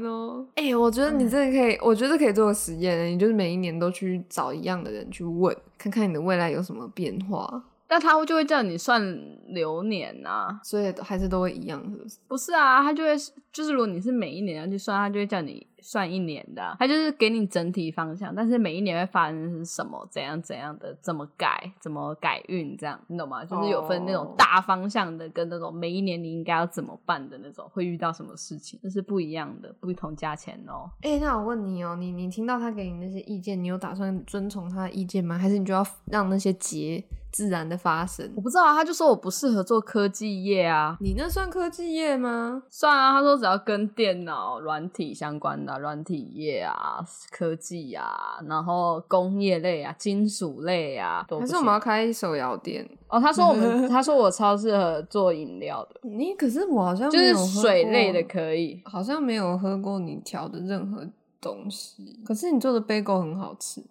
哦！哎、我觉得你真的可以，我觉得可以做个实验，欸你就是每一年都去找一样的人去问，看看你的未来有什么变化，那他就会叫你算流年啊。所以还是都会一样，是不是？不是啊，他就会就是如果你是每一年要去算，他就会叫你算一年的啊、他就是给你整体方向，但是每一年会发生什么、怎样怎样的、怎么改、怎么改运，这样你懂吗？就是有分那种哦大方向的，跟那种每一年你应该要怎么办的那种，会遇到什么事情，这是不一样的，不同价钱哦。哎、那我问你哦，你你听到他给你那些意见，你有打算遵从他的意见吗？还是你就要让那些结自然的发生我？不知道啊，他就说我不适合做科技业啊。你那算科技业吗？算啊，他说只要跟电脑、软体相关的啊、软体业啊、科技啊，然后工业类啊、金属类啊，都还不是我行们要开手摇店？哦，他说我 们，他说我超适合做饮料的，你可是我好像就没是有喝水过类的可以。好像没有喝过你调的任何东西。可是你做的 bagel 很好吃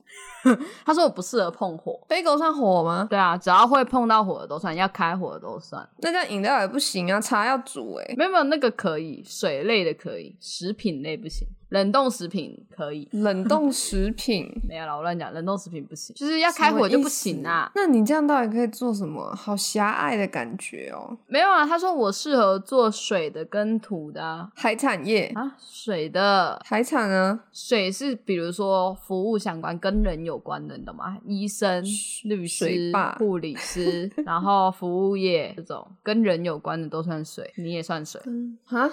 他说我不适合碰火。 ，bagel 算火吗？对啊，只要会碰到火的都算，要开火的都算。那这样饮料也不行啊，茶要煮哎、没有没有，那个可以，水类的可以，食品类不行，冷冻食品可以。冷冻食品没有啦，我乱讲，冷冻食品不行，就是 要开火就不行啊。什么意思那你这样到底可以做什么？好狭隘的感觉哦。没有啊，他说我适合做水的跟土的啊，海产业，啊水的海产啊，水是比如说服务相关跟人有关的，你懂吗？医生、律师水坝、护理 师，然后服务业这种跟人有关的都算水，你也算水，嗯啊，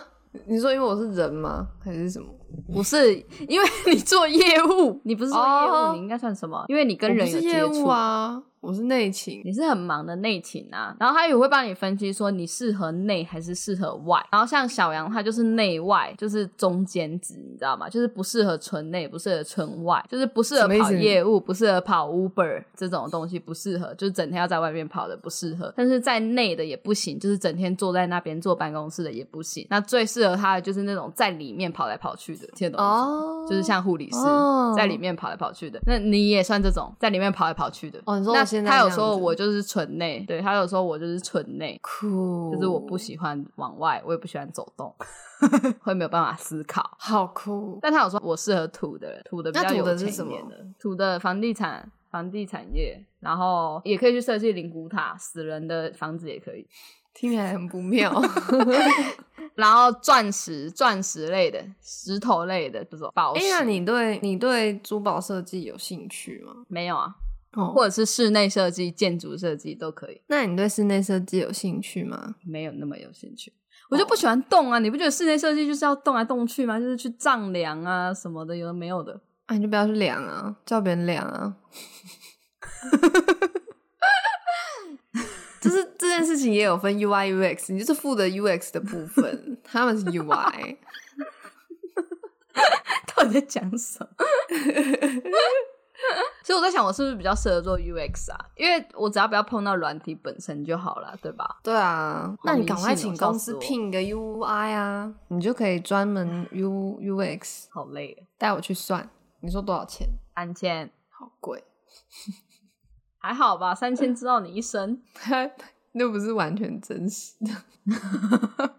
你说因为我是人吗？还是什么？不是因为你做业务，你不是做业务，哦你应该算什么？因为你跟我不人有是接业务触。啊，我是内勤。你是很忙的内勤啊，然后他也会帮你分析说你适合内还是适合外。然后像小杨他就是内外，就是中间值，你知道吗？就是不适合纯内，不适合纯外，就是不适合什么意思跑业务，不适合跑 Uber 这种东西不适合，就是整天要在外面跑的不适合。但是在内的也不行，就是整天坐在那边坐办公室的也不行。那最适合他的就是那种在里面跑来跑去的，听得懂吗？哦就是像护理师、哦在里面跑来跑去的，那你也算这种在里面跑来跑去的。哦你说我那现在他有这样说子我就是纯内，对他有说我就是纯内，酷，就是我不喜欢往外，我也不喜欢走动， 会没有办法思考。好酷。但他有说我适合土的人，土的比那较土有的钱是什一点么的，土的房地产。房地产业，然后也可以去设计灵骨塔，死人的房子也可以。听起来很 不妙。然后钻石、钻石类的、石头类的这种宝哎、石，那你对你对珠宝设计有兴趣吗？没有啊？哦，或者是室内设计、建筑设计都可以。那你对室内设计有兴趣吗？没有那么有兴趣。我就不喜欢动啊！你不觉得室内设计就是要动来动去吗？就是去丈量啊什么的，有的没有的。 啊，你就不要去量啊，叫别人量啊。 就是这件事情也有分 UI UX，你就是负责 UX 的部分，他们是 UI。到底在讲什么？ 所以我在想，我是不是比较适合做 UX 啊？因为我只要不要碰到软体本身就好了，对吧？对啊，那你赶快请公好迷司信哦聘一个 UI 啊，你就可以专门 U UX 好累哦，带我去算，你说多少钱？三千好贵，还好吧？三千知道你一生， 那不是完全真实的。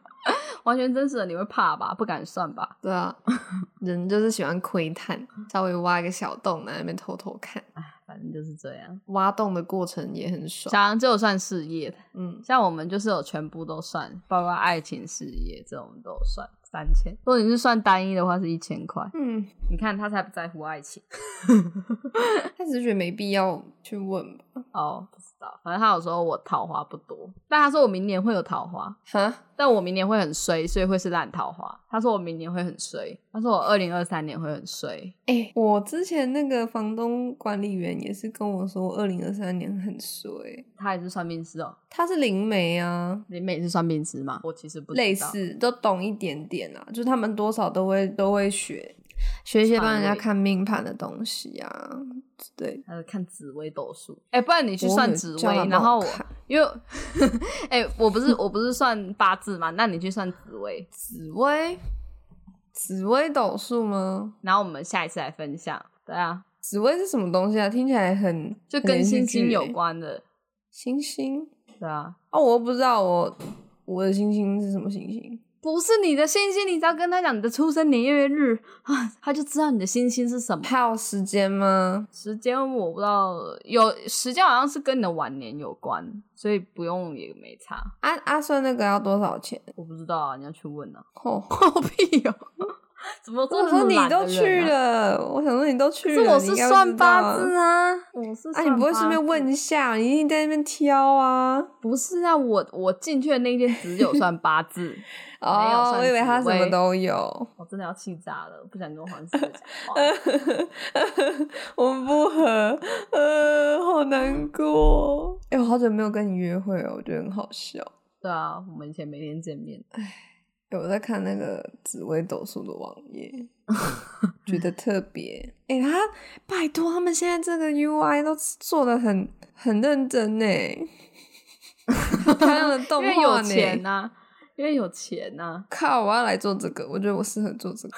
完全真实的你会怕吧？不敢算吧？对啊， 人就是喜欢窥探，稍微挖一个小洞，在那边偷偷看。反正就是这样。挖洞的过程也很爽小。杨只有算事业的，嗯，像我们就是有全部都算，包括爱情、事业这种都有算三千。如果你是算单一的话，是一千块。嗯，你看他才不在乎爱情他只是觉得没必要去问吧。哦，不知道。反正他有说我桃花不多，但他说我明年会有桃花，哈，但我明年会很衰，所以会是烂桃花。他说我明年会很衰，他说我二零二三年会很衰。哎、我之前那个房东管理员也是跟我说，二零二三年很衰。他也是算命师哦，他是灵媒啊，你妹是算命师哦吗？我其实不知道类似都懂一点点啊，就是他们多少都会都会学学一些帮人家算命看命盘的东西啊，对，呃，看紫微斗数，哎、不然你去算紫我有叫他微，然后我帮我看因为， 哎、我不是我不是算八字嘛，那你去算紫微，紫薇，紫薇斗数吗？然后我们下一次来分享。对啊，紫薇是什么东西啊？听起来很就很跟连续星剧星有欸关的，星星对啊，啊，我又不知道我我的星星是什么星星。不是你的星星，你只要跟他讲你的出生年月日啊，他就知道你的星星是什么。还有时间吗？时间我不知道，有时间好像是跟你的晚年有关，所以不用也没差。阿阿啊算那个要多少钱？我不知道啊，你要去问啊。 哦，好屁哟、怎么这我么说你懒的都去人啊？了，我想说你都去可是了，我是你应该会算知道八字啊。啊，我是啊，你不会顺算便八字问一下？你一定在那边挑啊！不是啊，我我进去的那间只有算八字，没有哦，算我以为他紫什薇么都有。我真的要气炸了，不想跟黄师傅讲话。我们不合，呃，好难过。哎、我好久没有跟你约会哦，我觉得很好笑。对啊，我们以前每天见面，哎、我在看那个紫薇斗数的网页，觉得特别。哎、他拜托，他们现在这个 UI 都做的很很认真呢， 漂亮的动因为画有呢。钱啊呐、因为有钱呐、靠！我要来做这个，我觉得我适合做这个。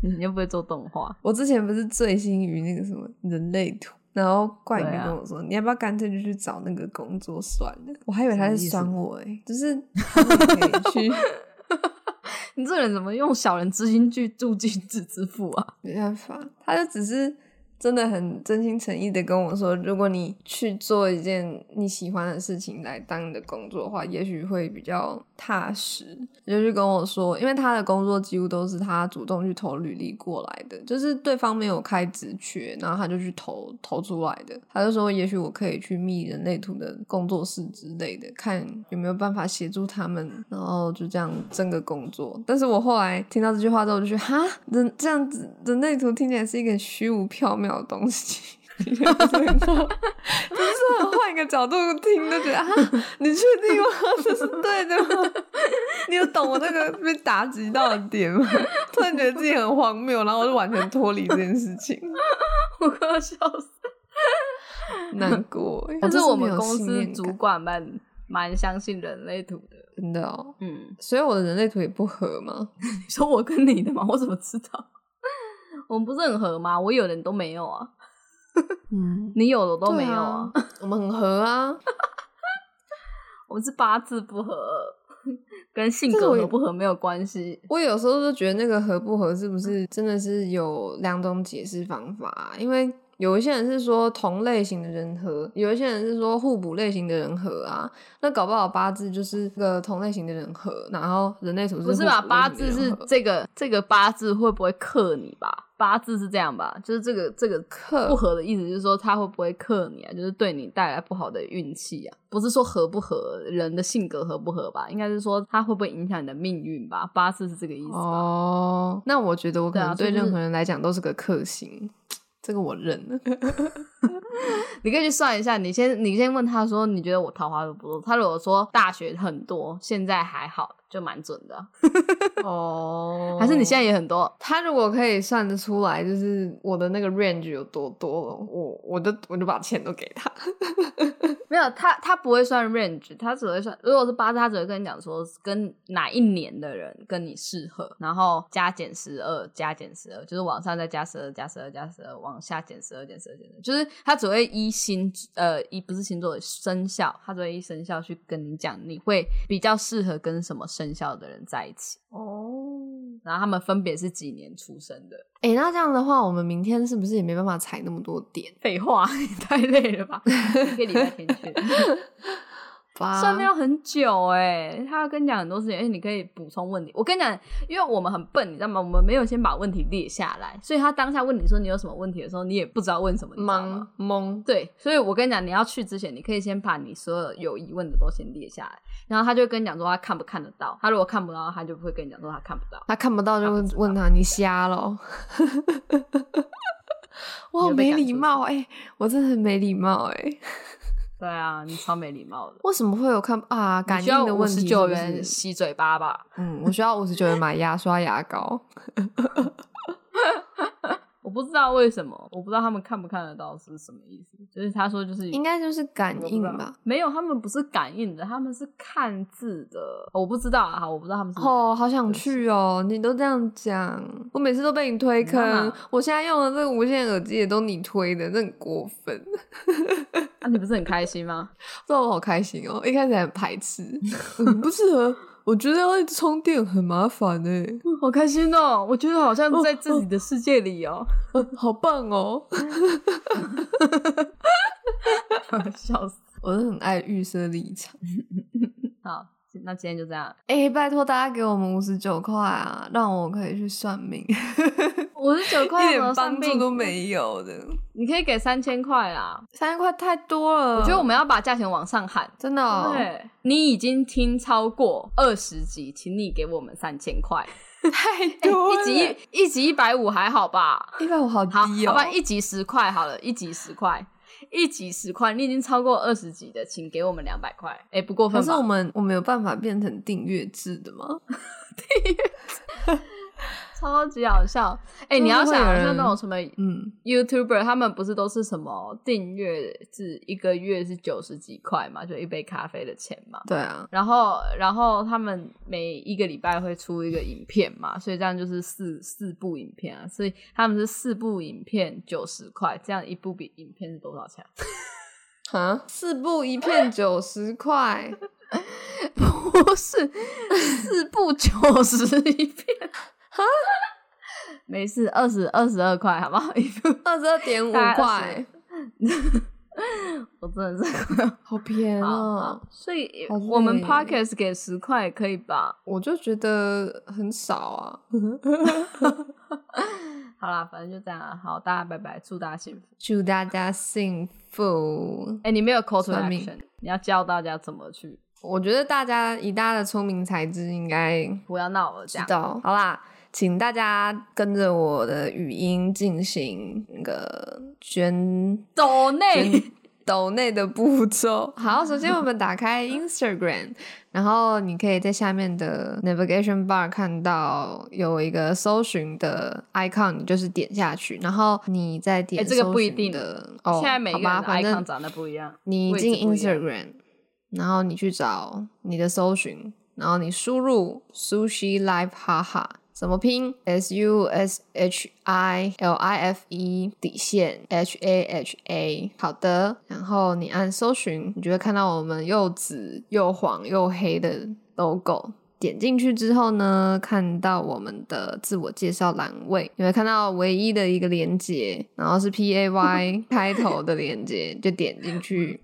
你又不会做动画，我之前不是醉心于那个什么人类图，然后怪你对啊跟我说，你要不要干脆就去找那个工作算了？我还以为他什么是意思酸我哎、欸，就是他们可 以去，你这个人怎么用小人之心去助君子之腹啊？ 没办法，他就只是真的很真心诚意的跟我说，如果你去做一件你喜欢的事情来当你的工作的话，也许会比较踏实。就去跟我说，因为他的工作几乎都是他主动去投履历过来的，就是对方没有开职缺，然后他就去投投出来的。他就说，也许我可以去觅人类图的工作室之类的，看有没有办法协助他们，然后就这样争个工作。但是我后来听到这句话之后，我就觉得哈，人这样子人类图听起来是一个虚无缥缈的东西。 就是 换一个角度听，都觉得啊，你确定吗？ 这是对的吗？ 你有懂我那个被打击到的点吗？ 突然觉得自己很荒谬，然后我就完全脱离这件事情，我快要笑死。 难过。但哦是真我没有们公信司念主感管们蛮相信人类图的，真的哦，嗯，所以我的人类图也不合吗？ 你说我跟你的吗？我怎么知道？ 我们不是很合吗？我有的你都没有啊， 嗯，你有的我都没有啊啊，，我们很合啊。我们是八字不合，跟性这个格我也合不合没有关系。我有时候都觉得那个合不合是不是真的是有两种解释方法啊、因为有一些人是说同类型的人合，有一些人是说互补类型的人合啊。那搞不好八字就是个同类型的人合，然后人类图是不是互吧？补类八型字的人是合这啊个这个八字会不会克你吧？八字是这样吧？就是这个这个克不合的意思，就是说它会不会克你啊？就是对你带来不好的运气啊？不是说合不合人的性格合不合吧？应该是说它会不会影响你的命运吧？八字是这个意思吧？哦，那我觉得我可对啊能所以就对是任何人来讲都是个克星，这个我认了。你可以去算一下，你先你先问他说，你觉得我桃花多不多？他如果说大学很多，现在还好，就蛮准的啊。 哦还是你现在也很多？他如果可以算得出来，就是我的那个 range 有多多了，我我就我就把钱都给他。没有，他他不会算 range，他只会算。如果是八字，他只会跟你讲说跟哪一年的人跟你适合，然后加减十二，加减十二，就是往上再加十二，加十二，加十二，往下减十二，减十二，减十二，就是他只会依星呃依不是星座生肖，他只会依生肖去跟你讲你会比较适合跟什么生肖的人在一起，哦，然后他们分别是几年出生的。哎、那这样的话，我们明天是不是也没办法踩那么多点？废话， 你太累了吧？你可以礼拜天去。吧算命要很久哎、他要跟你讲很多事情，而哎且你可以补充问题。我跟你讲，因为我们很笨，你知道吗？我们没有先把问题列下来，所以他当下问你说你有什么问题的时候，你也不知道问什么，你知道懵吗？懵，对，所以我跟你讲，你要去之前，你可以先把你所有有疑问的都先列下来，然后他就会跟你讲说他看不看得到，他如果看不到，他就不会跟你讲说他看不到。他看不到就 他不问知道问他，你瞎了哦？我好没礼貌哎、我真的很没礼貌哎、对啊，你超没礼貌的。为什么会有看啊你感需要应的问题十是不是？九元洗嘴巴吧？嗯，我需要五十九元买牙刷、牙 膏。我不知道为什么，我不知道他们看不看得到是什么意思。就是他说就是应该就是感我不应知道吧。没有，他们不是感应的，他们是看字的。我不知道啊，我不知道他们是。哦，好想去哦！你都这样讲，我每次都被你推你知道坑吗。我我现在用的这个无线耳机也都你推的，这很过分。 啊，你不是很开心吗？这我好开心哦！一开始还很排斥， 嗯、不适合。我觉得要一直充电很麻烦哎、 好开心哦！我觉得好像在自己的世界里哦，啊好棒哦！ 笑死。 我是很爱预设立场。好，那今天就这样。哎、拜托大家给我们五十九块啊，让我可以去算 命，五十九一块点有算帮命助都，没有的。你可以给三千块啦。三千块太多了，我觉得我们要把价钱往上喊。真的、哦、对，你已经听超过二十集，请你给我们三千 块。太哎多了，一集一一集一百五还好吧？一百五好好，低哦，好吧，一集十块好了，一集十块，一集十块，你已经超过二十集的，请给我们两百块。哎、不过可分是吧？我们我们有办法变成订阅制的 吗？超级好笑。哎、你要真的会有想人像那种什么嗯， YouTuber，他们不是都是什么订阅制，一个月是九十几块嘛，就一杯咖啡的钱嘛。对啊，然后，然后他们每一个礼拜会出一个影片嘛，所以这样就是四四部影片啊，所以他们是四部影片九十块，这样一部比影片是多少钱啊？哈，四部一片九十 块，不是四部九十一片，没事，二十二十二块，好不好？一部，二十二点五大概块， 我真的是快要 好便宜好哦好！所以好累我们 Pockets 给十块可以吧？我就觉得很少啊。好啦，反正就这样啊。好，大家拜拜，祝大家幸福。祝大家幸福！哎、你没有 call to 算命 action，你要教大家怎么去，我觉得大家以大家的聪明才智，应该不要闹了，这知样。道。好啦，请大家跟着我的语音进行那个捐抖 内选抖内的步骤。好，首先我们打开 Instagram，然后你可以在下面的 navigation bar 看到有一个搜寻的 icon，你就是点下去，然后你再点哎这个不一搜寻的哦，现在每一个好人吧的反 icon 正长得不一样，你位置进不一样 Instagram，然后你去找你的搜寻，然后你输入 sushi life 哈哈。怎么拼？S U S H I L I F E 底线 H A H A。好的，然后你按搜寻，你就会看到我们又紫又黄又黑的 logo。点进去之后呢，看到我们的自我介绍栏位，你会看到唯一的一个连接，然后是 P A Y 开头的连接，就点进去，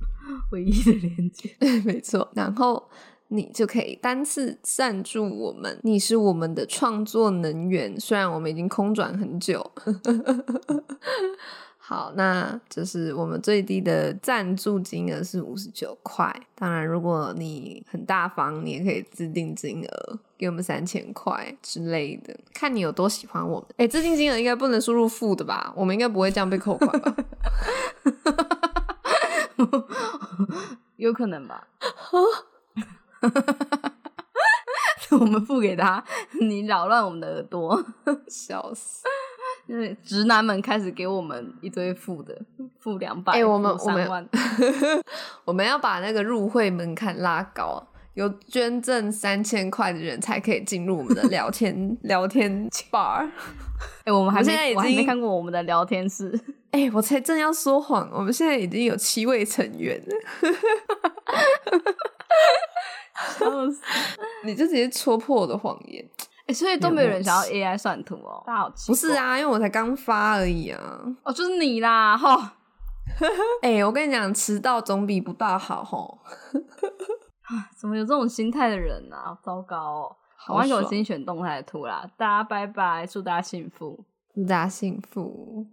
唯一的连接。 没错，然后。你就可以单次赞助我们，你是我们的创作能源。虽然我们已经空转很久， 好，那就是我们最低的赞助金额是五十九块。当然，如果你很大方，你也可以自定金额，给我们三千块之类的，看你有多喜欢我们。哎、自定金额应该不能输入负的吧？我们应该不会这样被扣款吧？有可能吧？ 我们付给他，你扰乱我们的耳朵。笑死！就是直男们开始给我们一堆负 的，负两百，哎我们我三们万， 我们要把那个入会门槛拉高，有捐赠三千块的人才可以进入我们的聊天聊天 bar。 哎、我们还没我现在已我还没经看过我们的聊天室， 哎、我才正要说谎，我们现在已经有七位成员了， 笑死你就直接戳破我的谎言。哎、所以都没有人想要 AI 算图哦，大家好奇不是怪啊，因为我才刚发而已啊。哦，就是你啦，哈， 哎、我跟你讲，迟到总比不到好吼。怎么有这种心态的人啊？好糟糕哦！好我要给我爽精选动态的图啦，大家拜拜，祝大家幸福。祝大家幸福。